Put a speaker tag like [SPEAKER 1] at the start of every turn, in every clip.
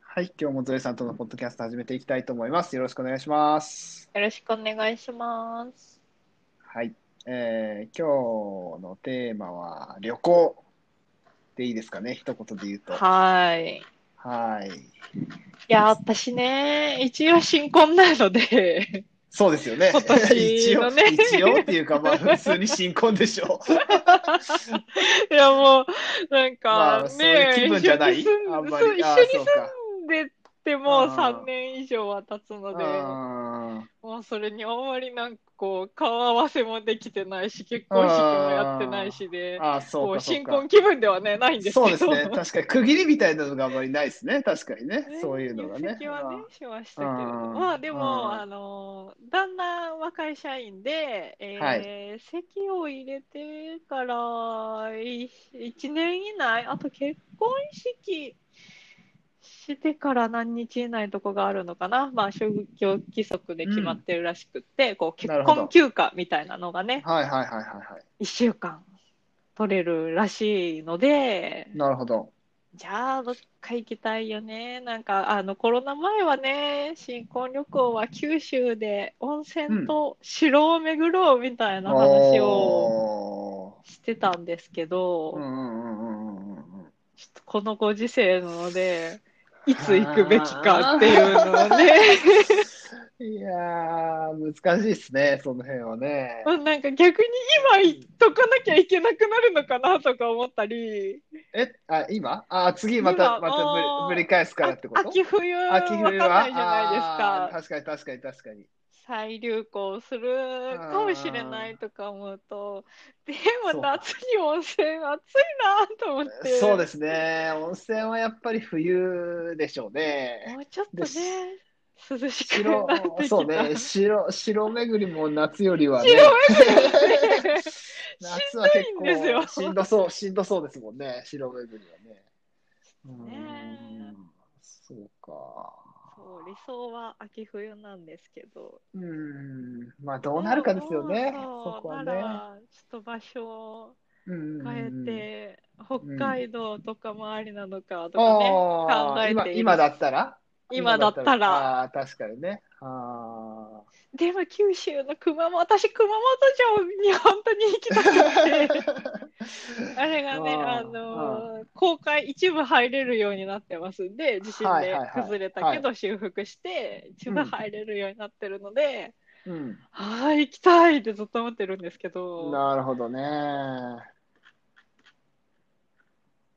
[SPEAKER 1] はい、今日もゾエさんとのポッドキャスト始めていきたいと思います。よろしくお願いします。
[SPEAKER 2] よろしくお願いします。
[SPEAKER 1] はい、えー、今日のテーマは旅行でいいですかね、一言で言うと。
[SPEAKER 2] はい。
[SPEAKER 1] はい。い
[SPEAKER 2] や、私ね、一応新婚なので
[SPEAKER 1] そうですよね。
[SPEAKER 2] 今年のね
[SPEAKER 1] 一応、一応っていうか、 まあ、普通に新婚でしょ
[SPEAKER 2] う。いや、もう、なんか、
[SPEAKER 1] まあ、そういう気分じゃない、あんまり。
[SPEAKER 2] 一緒に住んでても3年以上は経つので、もうそれにあんまりなんかこう、顔合わせもできてないし、結婚式もやってないしで、
[SPEAKER 1] あそう
[SPEAKER 2] 新婚気分ではね、ないんです
[SPEAKER 1] そうですね。確かに、区切りみたいなのがあんまりないですね。確かにね。
[SPEAKER 2] ね
[SPEAKER 1] そういうのがね。
[SPEAKER 2] 入籍はね、しましたけれど。まあでも、あの、旦那は会社員で、えー
[SPEAKER 1] は
[SPEAKER 2] 籍を入れてから1年以内、あと結婚式、してから何日以内とこがあるのかな、まあ、就業規則で決まってるらしくて、こう結
[SPEAKER 1] なるほ
[SPEAKER 2] 婚
[SPEAKER 1] ど
[SPEAKER 2] 休暇みたいなのがね、
[SPEAKER 1] はいはいはいはいは
[SPEAKER 2] 1週間取れるらしいので、
[SPEAKER 1] い。なるほど。
[SPEAKER 2] じゃあ、どっか行きたいよね。なんか、あの、コロナ前はね、新婚旅行は九州で温泉と城を巡ろうみたいな話を
[SPEAKER 1] お
[SPEAKER 2] してたんですけ
[SPEAKER 1] ーう
[SPEAKER 2] ど、
[SPEAKER 1] んうんうんうんうんうんうん。
[SPEAKER 2] ちょっとこのご時世なので、いつ行くべきかっていうの をね、
[SPEAKER 1] いやー、難しいですね、その辺はね。
[SPEAKER 2] なんか逆に今行っとかなきゃいけなくなるのかなとか思ったり、
[SPEAKER 1] え、あ、今あ、次また、
[SPEAKER 2] 今
[SPEAKER 1] またぶり
[SPEAKER 2] あー
[SPEAKER 1] ぶり返すからってこ
[SPEAKER 2] あ
[SPEAKER 1] と
[SPEAKER 2] 秋冬わか
[SPEAKER 1] 秋
[SPEAKER 2] んな
[SPEAKER 1] 冬
[SPEAKER 2] いじ
[SPEAKER 1] は
[SPEAKER 2] ゃ
[SPEAKER 1] あ
[SPEAKER 2] ないですか。
[SPEAKER 1] ー確かに確かに確かに。
[SPEAKER 2] 再流行するかもしれないとか思うと、で
[SPEAKER 1] そ
[SPEAKER 2] も
[SPEAKER 1] うか
[SPEAKER 2] 夏に温泉暑いなと思って、
[SPEAKER 1] そうですね、温泉はやっぱり冬でしょうね。
[SPEAKER 2] もうちょっと
[SPEAKER 1] で
[SPEAKER 2] ね
[SPEAKER 1] す、
[SPEAKER 2] 涼しく
[SPEAKER 1] 城
[SPEAKER 2] なってきた。
[SPEAKER 1] そうね、城、城巡りも夏よりはね、
[SPEAKER 2] ね
[SPEAKER 1] 夏は結
[SPEAKER 2] しんどいんですよ
[SPEAKER 1] 構しんどそう、しんどそうですもんね、城巡りはね。うーん、そうか。
[SPEAKER 2] そう理想は秋冬なんですけど。
[SPEAKER 1] うーん、まあどうなるかですよね、
[SPEAKER 2] そう
[SPEAKER 1] そこは
[SPEAKER 2] な
[SPEAKER 1] ね。
[SPEAKER 2] ら、ちょっと場所を
[SPEAKER 1] うんうん
[SPEAKER 2] 変
[SPEAKER 1] うん
[SPEAKER 2] えて、
[SPEAKER 1] ん
[SPEAKER 2] 北海道とかもありなのかとかね、
[SPEAKER 1] あ
[SPEAKER 2] 考
[SPEAKER 1] あ、
[SPEAKER 2] え
[SPEAKER 1] 今、
[SPEAKER 2] ている
[SPEAKER 1] 今だったら
[SPEAKER 2] 今だったら。
[SPEAKER 1] ああー、確かにね。あ
[SPEAKER 2] でも九州の熊本、私熊本城に本当に行きたくて、
[SPEAKER 1] あ。
[SPEAKER 2] あれがね、
[SPEAKER 1] あー
[SPEAKER 2] あのー公開一部入れるようになってますんで、地震
[SPEAKER 1] はい
[SPEAKER 2] で
[SPEAKER 1] はいはい
[SPEAKER 2] 崩れたけど修復して、一部入れるようになってるので、
[SPEAKER 1] うん。
[SPEAKER 2] ああ、行きたいってずっと思ってるんですけど。
[SPEAKER 1] なるほどね。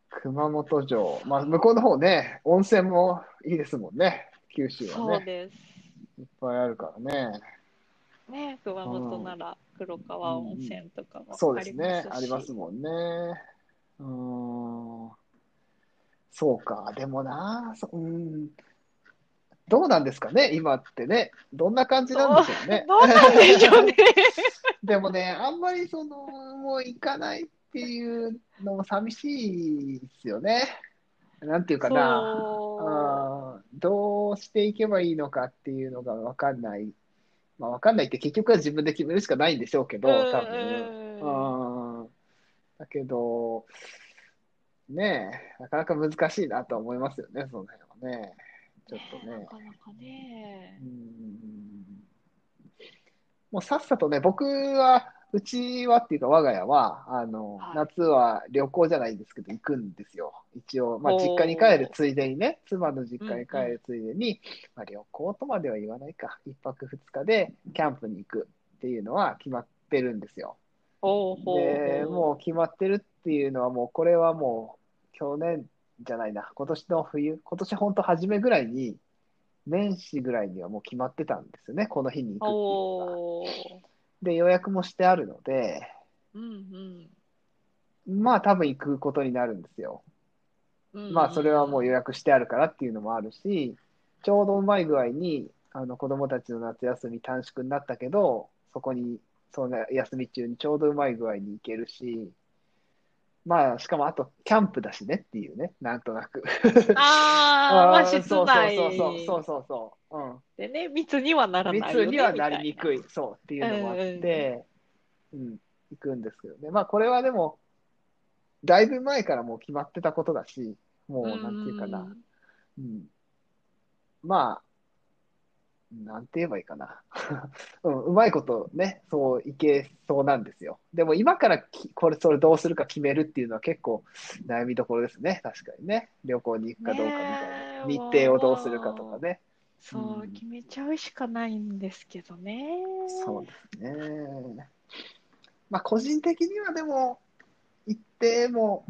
[SPEAKER 1] 熊本城。まあ、向こうの方ね、温泉もいいですもんね。九州
[SPEAKER 2] そ
[SPEAKER 1] は
[SPEAKER 2] う
[SPEAKER 1] ね。
[SPEAKER 2] です。
[SPEAKER 1] いっぱいあるからね。
[SPEAKER 2] ね、熊本なら黒川温泉とかも
[SPEAKER 1] そう
[SPEAKER 2] あ
[SPEAKER 1] です
[SPEAKER 2] ります
[SPEAKER 1] ね
[SPEAKER 2] し、。
[SPEAKER 1] ありますもんね。うーん。そうか。でもな、そうん。どうなんですかね、今ってね。どんな感じ なんでしょうね。
[SPEAKER 2] どうなんでしょう ね。
[SPEAKER 1] でもね、あんまりその、もう行かないっていうのも寂しいですよね。なんていうかな、
[SPEAKER 2] そう
[SPEAKER 1] あーどうしていけばいいのかっていうのが分かんない。まあ、分かんないって結局は自分で決めるしかないんでしょうけど、
[SPEAKER 2] うん
[SPEAKER 1] 多
[SPEAKER 2] う
[SPEAKER 1] 分。
[SPEAKER 2] ん
[SPEAKER 1] あーだけど、ねえ、なかなか難しいなとは思いますよね、その辺はね。ちょっと
[SPEAKER 2] な
[SPEAKER 1] ね。
[SPEAKER 2] かなかね
[SPEAKER 1] う。んもうさっさとね、僕は、うちはっていうか我が家は、あの、
[SPEAKER 2] はい
[SPEAKER 1] 夏は旅行じゃないんですけど、行くんですよ。一応、まあ
[SPEAKER 2] おー
[SPEAKER 1] 実家に帰るついでにね、妻の実家に帰るついでに、まあ旅行とまでは言わないか、一泊二日でキャンプに行くっていうのは決まってるんですよ。
[SPEAKER 2] ほうほう
[SPEAKER 1] で、
[SPEAKER 2] ほう。
[SPEAKER 1] もう決まってるっていうのは、もうこれはもう去年じゃないな、今年の冬、今年本当初めぐらいに、年始ぐらいにはもう決まってたんですよね、この日に行くっていうのが。
[SPEAKER 2] おー
[SPEAKER 1] で、予約もしてあるので、
[SPEAKER 2] うんうん
[SPEAKER 1] まあ多分行くことになるんですよ。
[SPEAKER 2] うんうん
[SPEAKER 1] まあそれはもう予約してあるからっていうのもあるし、ちょうどうまい具合に、あの子供たちの夏休み短縮になったけど、そこに、その休み中にちょうどうまい具合に行けるし、まあしかもあとキャンプだしねっていうね、なんとなく。
[SPEAKER 2] あー まあ、
[SPEAKER 1] ー
[SPEAKER 2] 室内
[SPEAKER 1] そうそうそうそうそうそう。うん。
[SPEAKER 2] でね、密にはならないよね。
[SPEAKER 1] 密にはなりにくい、そうっていうのもあっ
[SPEAKER 2] うん
[SPEAKER 1] て、うん、行くんですけどね。まあ、これはでも、だいぶ前からもう決まってたことだし、も
[SPEAKER 2] み
[SPEAKER 1] う、
[SPEAKER 2] たいな。
[SPEAKER 1] なんていうかな、うん、まあ、なんて言えばいいかな。 うん、うまいことね、そういけそうなんですよ。でも今からきこれ、それどうするか決めるっていうのは結構悩みどころですね。確かにね。旅行に行くかどうかみたい
[SPEAKER 2] ね
[SPEAKER 1] な。
[SPEAKER 2] え
[SPEAKER 1] 日程をどうするかとかね。
[SPEAKER 2] そう、
[SPEAKER 1] うん
[SPEAKER 2] 決めちゃうしかないんですけどね。
[SPEAKER 1] そうですね。まあ個人的にはでも、行っても、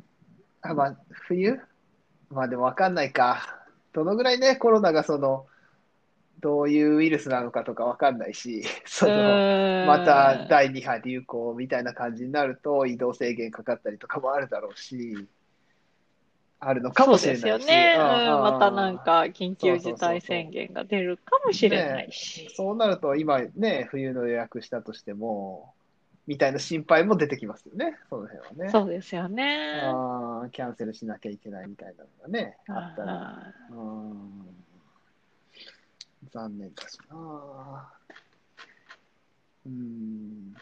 [SPEAKER 1] あ、まあ冬まあでもわかんないか。どのぐらいね、コロナがその、どういうウイルスなのかとかわかんないし、 その、ま
[SPEAKER 2] ま
[SPEAKER 1] た第2波流行みたいな感じになると移動制限かかったりとかもあるだろうし、あるのかもしれないし。
[SPEAKER 2] そうですよね。う
[SPEAKER 1] うんうん
[SPEAKER 2] ん、
[SPEAKER 1] うん
[SPEAKER 2] またなんか緊急事態宣言が出るかもしれないし。
[SPEAKER 1] そうなると今ね、冬の予約したとしても、みたいな心配も出てきますよね、その辺はね。
[SPEAKER 2] そうですよね。
[SPEAKER 1] あーキャンセルしなきゃいけないみたいなのがね、あったら。
[SPEAKER 2] あー
[SPEAKER 1] うん残念だしな。うん。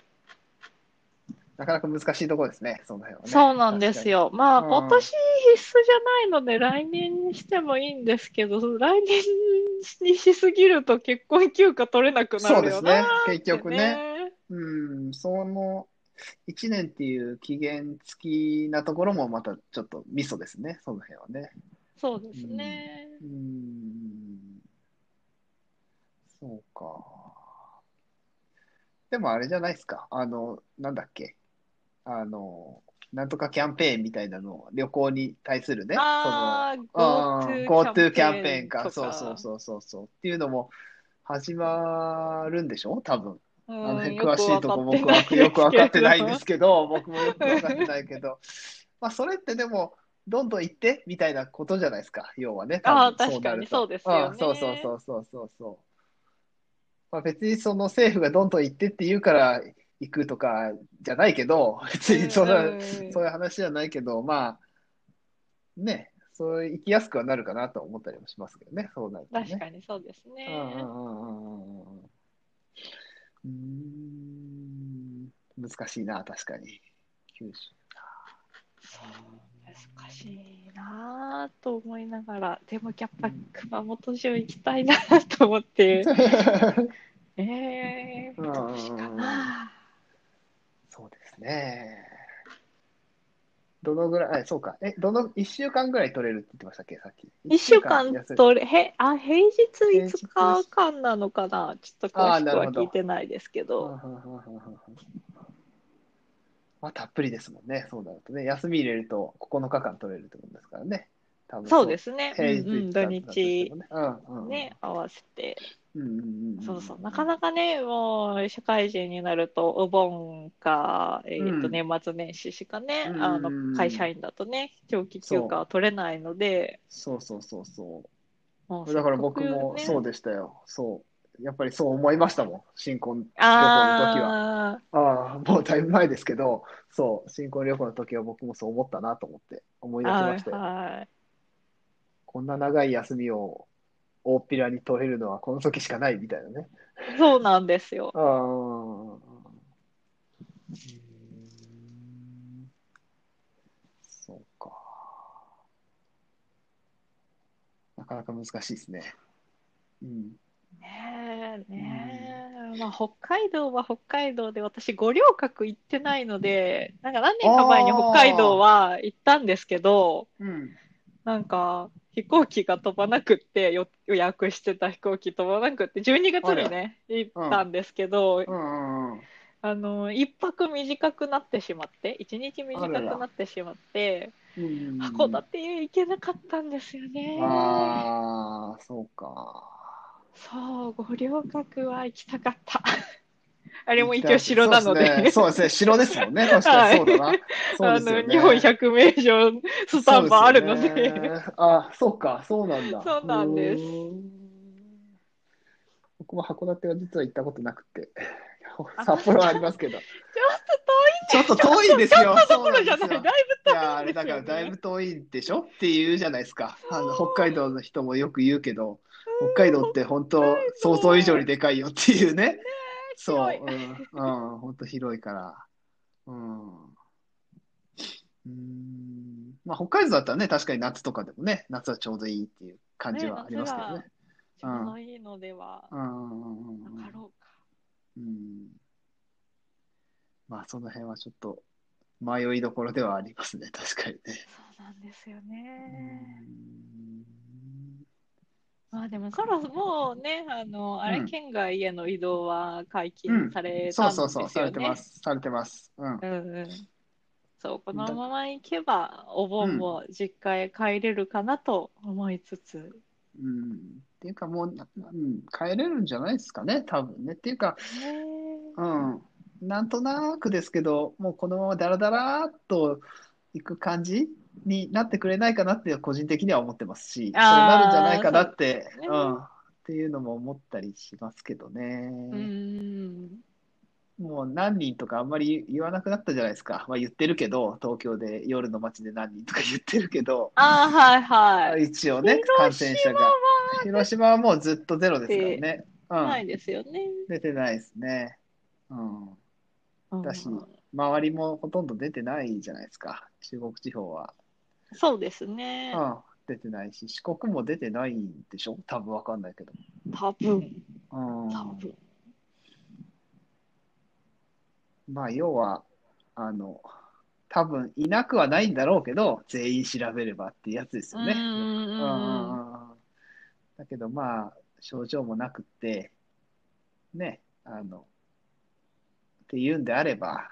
[SPEAKER 1] なかなか難しいところですね、その辺はね。
[SPEAKER 2] そうなんですよ。まあ、
[SPEAKER 1] うん
[SPEAKER 2] 今年必須じゃないの で、来年にしてもいいんですけど、来年にしすぎると結婚休暇取れなくなるよな
[SPEAKER 1] そうですね
[SPEAKER 2] ーって
[SPEAKER 1] 結局ねうん、その1年っていう期限付きなところもまたちょっとミソですね、その辺はね。
[SPEAKER 2] そうですね。
[SPEAKER 1] うん。そうか。でもあれじゃないですか。あの、なんだっけ。あの、なんとかキャンペーンみたいなの、旅行に対するね、その、
[SPEAKER 2] ああ、
[SPEAKER 1] うん
[SPEAKER 2] GoTo
[SPEAKER 1] GoTo
[SPEAKER 2] キ
[SPEAKER 1] キ
[SPEAKER 2] ャ
[SPEAKER 1] ャ
[SPEAKER 2] ン
[SPEAKER 1] ン
[SPEAKER 2] ペ
[SPEAKER 1] ペ
[SPEAKER 2] ー
[SPEAKER 1] ー
[SPEAKER 2] ン
[SPEAKER 1] ン
[SPEAKER 2] と
[SPEAKER 1] か、
[SPEAKER 2] か。
[SPEAKER 1] そうそうそうそうそう。っていうのも始まるんでしょ多分。
[SPEAKER 2] うん。
[SPEAKER 1] あの辺
[SPEAKER 2] よく
[SPEAKER 1] 詳しいとこ
[SPEAKER 2] わかっ
[SPEAKER 1] 僕はい
[SPEAKER 2] てなですけど
[SPEAKER 1] よくわかってないんですけど、僕もよく わかってないけど、まあそれってでも、どんどん行ってみたいなことじゃないですか、要はね。多分
[SPEAKER 2] ああ確かにそ
[SPEAKER 1] なると
[SPEAKER 2] うですよね
[SPEAKER 1] んそうそうそうそうそうそう。まあ別にその政府がどんどん行ってって言うから行くとかじゃないけど、別にそんな、
[SPEAKER 2] うんうん
[SPEAKER 1] そういう話じゃないけど、まあ、ね、そう行きやすくはなるかなと思ったりもしますけどね、そうなるとね。
[SPEAKER 2] 確かにそうですね。
[SPEAKER 1] うーん、難しいな、確かに。九州。
[SPEAKER 2] 難しいなぁと思いながら、でもやっぱ熊本城行きたいなと思って、ええ
[SPEAKER 1] うん
[SPEAKER 2] どうしかな
[SPEAKER 1] そうですね。どのぐらい、あそうか。え、どの、一週間ぐらい取れるって言ってましたっけ、さっき。
[SPEAKER 2] 1週間
[SPEAKER 1] 一休み
[SPEAKER 2] とれ、へ、あ、平日
[SPEAKER 1] 平日
[SPEAKER 2] 5日間なのかなちょっと詳
[SPEAKER 1] あー
[SPEAKER 2] しく
[SPEAKER 1] なる
[SPEAKER 2] は
[SPEAKER 1] ほど
[SPEAKER 2] 聞いてないですけ
[SPEAKER 1] うん
[SPEAKER 2] ど。
[SPEAKER 1] うんうんうんうんうんまあ、たっぷりですもんね。そうなるとね。休み入れると9日間取れるってことですからね。多分
[SPEAKER 2] そうですね。
[SPEAKER 1] 平日
[SPEAKER 2] うんうん、土
[SPEAKER 1] ね
[SPEAKER 2] 日ね、合わせて。
[SPEAKER 1] うん
[SPEAKER 2] そうそう。なか
[SPEAKER 1] か。
[SPEAKER 2] なかね、もう社会人になると、お盆か、えーと
[SPEAKER 1] うん
[SPEAKER 2] 年末年始しかね、
[SPEAKER 1] うん
[SPEAKER 2] あの会社員だとね、長期休暇は取れないので、
[SPEAKER 1] そうそうそうそ
[SPEAKER 2] もう
[SPEAKER 1] う。だから僕もそう
[SPEAKER 2] で
[SPEAKER 1] でしたよ。そう。やっぱりそう思いましたもん。新婚
[SPEAKER 2] す。
[SPEAKER 1] 旅行
[SPEAKER 2] あ
[SPEAKER 1] ああ、もうだいぶ前ですけど、そう、新婚旅行の時は僕もそう思ったなと思って、思い
[SPEAKER 2] ー
[SPEAKER 1] 出し
[SPEAKER 2] は
[SPEAKER 1] ま
[SPEAKER 2] い
[SPEAKER 1] したよ。
[SPEAKER 2] はい。
[SPEAKER 1] こんな長い休みを大っぴらに取れるのはこの時しかないみたいなね。
[SPEAKER 2] そうなんですよ。
[SPEAKER 1] ああ。うーんそうか。なかなか難しいですね。うん。
[SPEAKER 2] ねえ、ねえ。まあ、北海道は北海道で、私、五稜郭行ってないので、なんか何年か前に北海道は行ったんですけど、
[SPEAKER 1] うん。
[SPEAKER 2] なんか、飛行機が飛ばなくって、よ予約してた飛行機飛ばなくって、12月にね、行ったんですけど、
[SPEAKER 1] うんうん
[SPEAKER 2] あの、一泊短くなってしまって、一日短くなってしまって、
[SPEAKER 1] うん。
[SPEAKER 2] 函館へ行けなかったんですよね。
[SPEAKER 1] ああ、そうか。
[SPEAKER 2] そう、五稜郭は行きた かった。あれも一応城なので、
[SPEAKER 1] そうですね。そうですね城ですもん ね。確かにそうだな。そう
[SPEAKER 2] あ
[SPEAKER 1] ですよ
[SPEAKER 2] の、
[SPEAKER 1] ね。
[SPEAKER 2] 日本百名城スタンバあるの
[SPEAKER 1] そうすよ
[SPEAKER 2] で、
[SPEAKER 1] ねあ、そうか、そうなんだ。
[SPEAKER 2] そうなんです
[SPEAKER 1] うーん。僕も函館は実は行ったことなくて、札幌はありますけど、ちょっと遠いんですよ。
[SPEAKER 2] ところじゃな
[SPEAKER 1] そう
[SPEAKER 2] い、
[SPEAKER 1] な
[SPEAKER 2] だ
[SPEAKER 1] ん
[SPEAKER 2] い
[SPEAKER 1] ですよいや、あ
[SPEAKER 2] ぶ遠いん
[SPEAKER 1] れ
[SPEAKER 2] ですよ
[SPEAKER 1] だからだい
[SPEAKER 2] ね
[SPEAKER 1] ぶ遠いんでしょっていうじゃないですか。あの北海道の人もよく言うけど、北海道って本当想像以上にでかいよっていう ね。そう、
[SPEAKER 2] 広
[SPEAKER 1] うん、うん、本当広いから。うん。うーんまあ、北海道だったらね、確かに夏とかでもね、夏はちょうどいいっていう感じはありますけどね。
[SPEAKER 2] ちょうどいいのでは
[SPEAKER 1] う、んうんうんうん
[SPEAKER 2] なかろうか。
[SPEAKER 1] うん。まあ、その辺はちょっと迷いどころではありますね、確かにね。
[SPEAKER 2] そうなんですよね。まあでもそろそろもうね、あの、あれ、
[SPEAKER 1] うん
[SPEAKER 2] 県外への移動は解
[SPEAKER 1] う
[SPEAKER 2] 禁
[SPEAKER 1] ん
[SPEAKER 2] され
[SPEAKER 1] そ
[SPEAKER 2] た
[SPEAKER 1] うんそう
[SPEAKER 2] です
[SPEAKER 1] そ
[SPEAKER 2] よ
[SPEAKER 1] う、されてま
[SPEAKER 2] ね。
[SPEAKER 1] す。されてます。うん。
[SPEAKER 2] うんうん。そう、このまま行けば、お盆も実家へ帰れるかなと思いつつ。
[SPEAKER 1] うん。っていうか、もう、なうん、帰れるんじゃないですかね、多分ね。っていうか、
[SPEAKER 2] ね
[SPEAKER 1] うん。なんとなくですけど、もうこのままダラダラーっと行く感じになってくれないかなって個人的には思ってますし、そう
[SPEAKER 2] あー
[SPEAKER 1] なるんじゃないかなって、
[SPEAKER 2] そうですね
[SPEAKER 1] うん。っていうのも思ったりしますけどね。
[SPEAKER 2] うん。
[SPEAKER 1] もう何人とかあんまり言わなくなったじゃないですか。まあ言ってるけど、東京で夜の街で何人とか言ってるけど、
[SPEAKER 2] ああ、はいはい。
[SPEAKER 1] 一応ね、感染者が。広島はもうずっとゼロですからね。うん、
[SPEAKER 2] ないですよね。
[SPEAKER 1] 出てないですね。うん。だし
[SPEAKER 2] うん
[SPEAKER 1] 周りもほとんど出てないじゃないですか。中国地方は。
[SPEAKER 2] そうですね。
[SPEAKER 1] うん。出てないし、四国も出てないんでしょ多分わかんないけど。
[SPEAKER 2] 多分、
[SPEAKER 1] うん。
[SPEAKER 2] 多分。
[SPEAKER 1] まあ、要は、あの、多分いなくはないんだろうけど、全員調べればっていうやつですよね。
[SPEAKER 2] うんうんうんうん
[SPEAKER 1] だけどまあ、症状もなくって、ね、あの、っていうんであれば、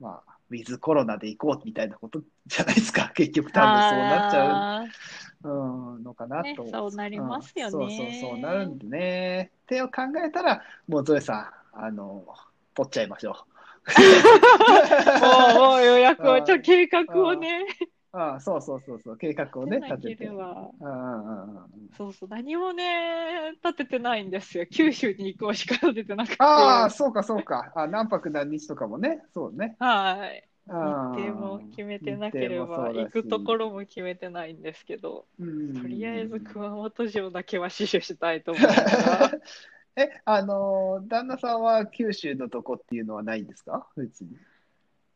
[SPEAKER 1] まあ、ウィズコロナで行こうみたいなことじゃないですか。 結局多分そうなっちゃ
[SPEAKER 2] あー
[SPEAKER 1] う、うん、のかなと、
[SPEAKER 2] ねそうなりますよ
[SPEAKER 1] う
[SPEAKER 2] ね
[SPEAKER 1] んそうそうそうなるんでね。ってを考えたら、もうゾエさん、あの、取っちゃいまし ょう。
[SPEAKER 2] もう、もう予約
[SPEAKER 1] う
[SPEAKER 2] を、
[SPEAKER 1] ん
[SPEAKER 2] ちょ、計画をね、
[SPEAKER 1] ああ、そうそうそうそう、計画をね、
[SPEAKER 2] 立てな
[SPEAKER 1] 立て
[SPEAKER 2] け
[SPEAKER 1] て。
[SPEAKER 2] れ
[SPEAKER 1] うん
[SPEAKER 2] ば。
[SPEAKER 1] うんうんうん。
[SPEAKER 2] そうそう、何もね、立ててないんですよ。九州に行くはしか立ててなくて。
[SPEAKER 1] ああ、そうかそうか。あ、何泊何日とかもね、そうね。
[SPEAKER 2] はい。
[SPEAKER 1] 日
[SPEAKER 2] 日程も決めてなければ、行くところも決めてないんですけど、とりあえず熊本城だけは死守したいと思います が
[SPEAKER 1] え、あのー、旦那さんは九州のとこっていうのはないんですか別に。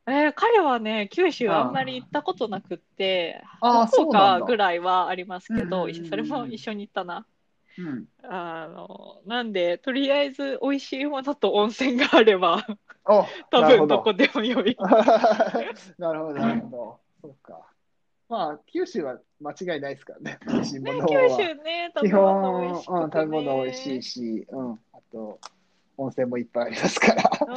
[SPEAKER 2] えー彼はね、九州あんまり行ったことなくって、
[SPEAKER 1] あー
[SPEAKER 2] 福
[SPEAKER 1] そうなん
[SPEAKER 2] 岡
[SPEAKER 1] だ
[SPEAKER 2] ぐらいはありますけ
[SPEAKER 1] うんうん
[SPEAKER 2] ど、
[SPEAKER 1] うんうん
[SPEAKER 2] それも一緒に行ったな。
[SPEAKER 1] うん。
[SPEAKER 2] あの、なんで、とりあえず美味しいものと温泉があれば、
[SPEAKER 1] お、
[SPEAKER 2] 多
[SPEAKER 1] なるほ
[SPEAKER 2] 分ど
[SPEAKER 1] ど
[SPEAKER 2] こ。でも良い。
[SPEAKER 1] なるほど、なるほど。そうか。まあ、九州は間違いないですからね。美味しいも
[SPEAKER 2] ね、
[SPEAKER 1] の
[SPEAKER 2] 九
[SPEAKER 1] は。
[SPEAKER 2] 州ね、
[SPEAKER 1] 基
[SPEAKER 2] 食べ物
[SPEAKER 1] 本、
[SPEAKER 2] 美味し
[SPEAKER 1] うん、
[SPEAKER 2] く
[SPEAKER 1] 食べ
[SPEAKER 2] て
[SPEAKER 1] 物美味しい
[SPEAKER 2] ね。
[SPEAKER 1] し、うん、あと、温泉もいっぱいありますから、
[SPEAKER 2] う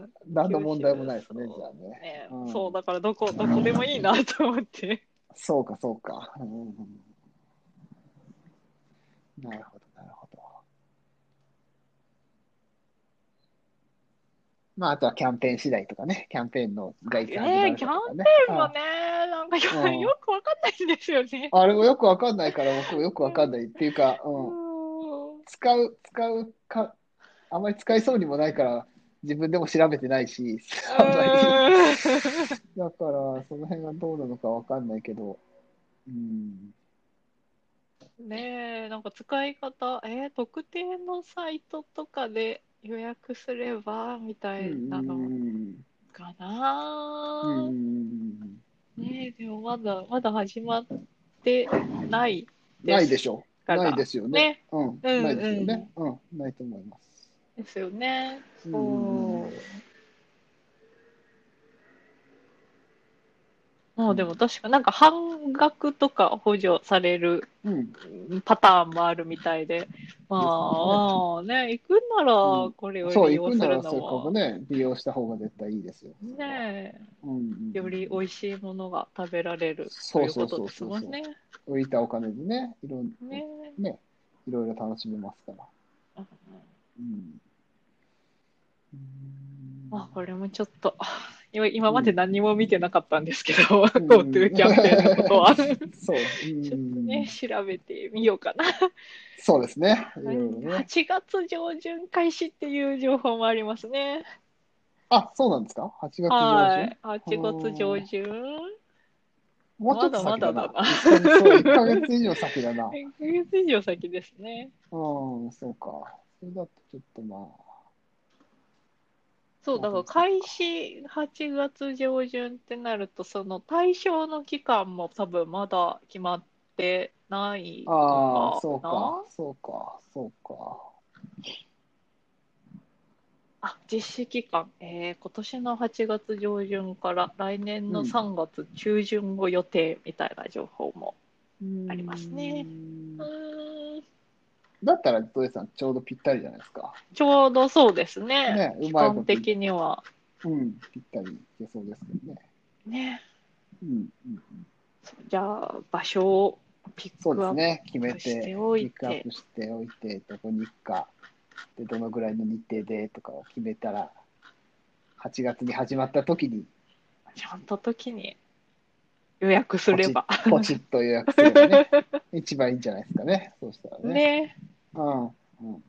[SPEAKER 2] ん。
[SPEAKER 1] 何の問題もないですね、
[SPEAKER 2] 九州
[SPEAKER 1] じゃあね。
[SPEAKER 2] ね
[SPEAKER 1] うん
[SPEAKER 2] そう、だからどこ、どこでもいいなと思って。
[SPEAKER 1] そうか、そうか。うんなるほど、なるほど。まあ、あとはキャンペーン次第とかね、キャンペーンの概算
[SPEAKER 2] ねキャン
[SPEAKER 1] ペ
[SPEAKER 2] でもね、なんかよ
[SPEAKER 1] うん
[SPEAKER 2] よくわかんないんですよね。
[SPEAKER 1] あれもよくわかんないから、僕もよくわかんないっていうか、
[SPEAKER 2] う
[SPEAKER 1] うん、
[SPEAKER 2] ん
[SPEAKER 1] 使う、使うか、あまり使いそうにもないから、自分でも調べてないし、あんまりだから、その辺がどうなのかわかんないけど、うん、
[SPEAKER 2] ねえ、なんか使い方、えー特定のサイトとかで予約すればみたいな
[SPEAKER 1] う
[SPEAKER 2] の
[SPEAKER 1] ん
[SPEAKER 2] かな。
[SPEAKER 1] うん
[SPEAKER 2] ねえ、でもまだまだ始まってないです
[SPEAKER 1] ないでしょう。
[SPEAKER 2] から
[SPEAKER 1] ないですよね。
[SPEAKER 2] ね。
[SPEAKER 1] うん、
[SPEAKER 2] うん
[SPEAKER 1] ないですよね。うん、ないと思います。
[SPEAKER 2] ですよね。
[SPEAKER 1] うん
[SPEAKER 2] そう。もうでも確かなんか半額とか補助される
[SPEAKER 1] うん、
[SPEAKER 2] パターンもあるみたいで、まあ、ね、行くな
[SPEAKER 1] う
[SPEAKER 2] ら
[SPEAKER 1] ん
[SPEAKER 2] これを
[SPEAKER 1] そう、
[SPEAKER 2] 利
[SPEAKER 1] 行
[SPEAKER 2] 用
[SPEAKER 1] く
[SPEAKER 2] す
[SPEAKER 1] な
[SPEAKER 2] る
[SPEAKER 1] らせっ
[SPEAKER 2] の
[SPEAKER 1] かく
[SPEAKER 2] は、
[SPEAKER 1] ね、利用した方が絶対いいですよ。
[SPEAKER 2] ね
[SPEAKER 1] うんうん、
[SPEAKER 2] え、より美味しいものが食べられると
[SPEAKER 1] そ
[SPEAKER 2] いうう
[SPEAKER 1] そ
[SPEAKER 2] こ
[SPEAKER 1] うそ
[SPEAKER 2] と
[SPEAKER 1] う
[SPEAKER 2] です
[SPEAKER 1] そう
[SPEAKER 2] もんね。
[SPEAKER 1] 浮いたお金でね、いろん
[SPEAKER 2] ね
[SPEAKER 1] ね、いろいろ楽しめますから。
[SPEAKER 2] え。
[SPEAKER 1] うん。
[SPEAKER 2] まあ、これもちょっと、 今今まで何も見てなかったんですけど、
[SPEAKER 1] ん
[SPEAKER 2] GoTo キャンペーンのことは。
[SPEAKER 1] そう、うん
[SPEAKER 2] ちょっとね、調べてみようかな。
[SPEAKER 1] そうですね。いろいろ
[SPEAKER 2] 8
[SPEAKER 1] ね。
[SPEAKER 2] 月上旬開始っていう情報もありますね。
[SPEAKER 1] あ、そうなんですか ?8 月上旬。
[SPEAKER 2] はい。8月上旬。
[SPEAKER 1] もうちょっと先だな。
[SPEAKER 2] まだまだだな
[SPEAKER 1] 1ヶ月そう1ヶ 月以上先だな。うん、
[SPEAKER 2] 1ヶ月以上先ですね。
[SPEAKER 1] そうか。それだとちょっとま
[SPEAKER 2] そう、だから開始8月上旬ってなると、その対象の期間も多分まだ決まってないの
[SPEAKER 1] ああ、そう
[SPEAKER 2] な
[SPEAKER 1] か、そうか、そうか。
[SPEAKER 2] あ、実施期間、えー、今年の8月上旬から来年の3月中旬を予定みたいな情報も。ありますねうーん
[SPEAKER 1] だったら、土井さん、ちょうどぴったりじゃないですか。
[SPEAKER 2] ちょうどそうですね。
[SPEAKER 1] ねう
[SPEAKER 2] 期
[SPEAKER 1] まいこと
[SPEAKER 2] 間的には。
[SPEAKER 1] うん、ぴったりいけそうですけどね。
[SPEAKER 2] ね。
[SPEAKER 1] うん、うん、
[SPEAKER 2] じゃあ、場所をピッ
[SPEAKER 1] そう
[SPEAKER 2] ク
[SPEAKER 1] で
[SPEAKER 2] ア
[SPEAKER 1] す
[SPEAKER 2] ップ
[SPEAKER 1] ね、決めて、
[SPEAKER 2] して
[SPEAKER 1] ピ
[SPEAKER 2] おい
[SPEAKER 1] ックアッ
[SPEAKER 2] て
[SPEAKER 1] プ。しておいて、どこに行くか、でどのぐらいの日程でとかを決めたら、8月に始まった時に、
[SPEAKER 2] ちゃんと時に予約すれば。
[SPEAKER 1] ポチッと予約すれば ね、一番いいんじゃないですかね、そうしたらね。
[SPEAKER 2] ね。
[SPEAKER 1] うん、うん。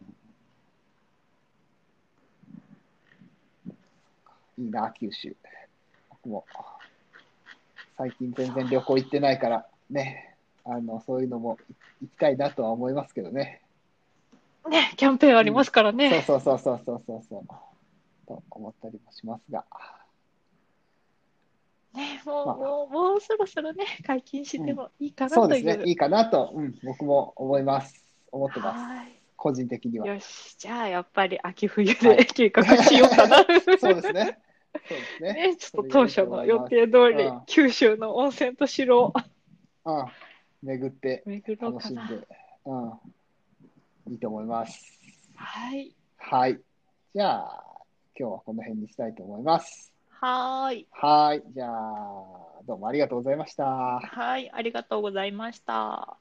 [SPEAKER 1] いいな、九州。僕も、最近全然旅行行ってないから、ね、あの、そういうのも行きたいなとは思いますけどね。
[SPEAKER 2] ね、キャンペーンありますからね。
[SPEAKER 1] そうそうそうそうそうそうそう。と思ったりもしますが。
[SPEAKER 2] ね、もう、
[SPEAKER 1] まあ
[SPEAKER 2] もう、もうそろそろね、解禁してもいいかな
[SPEAKER 1] そう
[SPEAKER 2] と
[SPEAKER 1] で
[SPEAKER 2] い
[SPEAKER 1] す
[SPEAKER 2] う。
[SPEAKER 1] ね、いいかなと、うん、僕も思います。思ってます。
[SPEAKER 2] はい。
[SPEAKER 1] 個人的には。
[SPEAKER 2] よし、じゃあ、やっぱり秋冬
[SPEAKER 1] はい
[SPEAKER 2] で計画しようかな。
[SPEAKER 1] そうですね。そうですね。
[SPEAKER 2] ね、ちょっと当初の予定通り
[SPEAKER 1] うん、
[SPEAKER 2] 九州の温泉と城を
[SPEAKER 1] うん。巡って、
[SPEAKER 2] 巡ろう
[SPEAKER 1] 楽
[SPEAKER 2] か
[SPEAKER 1] しん
[SPEAKER 2] な。
[SPEAKER 1] で、うん、いいと思います。
[SPEAKER 2] はい。
[SPEAKER 1] はい。じゃあ、今日はこの辺にしたいと思います。
[SPEAKER 2] はーい。
[SPEAKER 1] はい。じゃあ、どうもありがとうございました。
[SPEAKER 2] はい、ありがとうございました。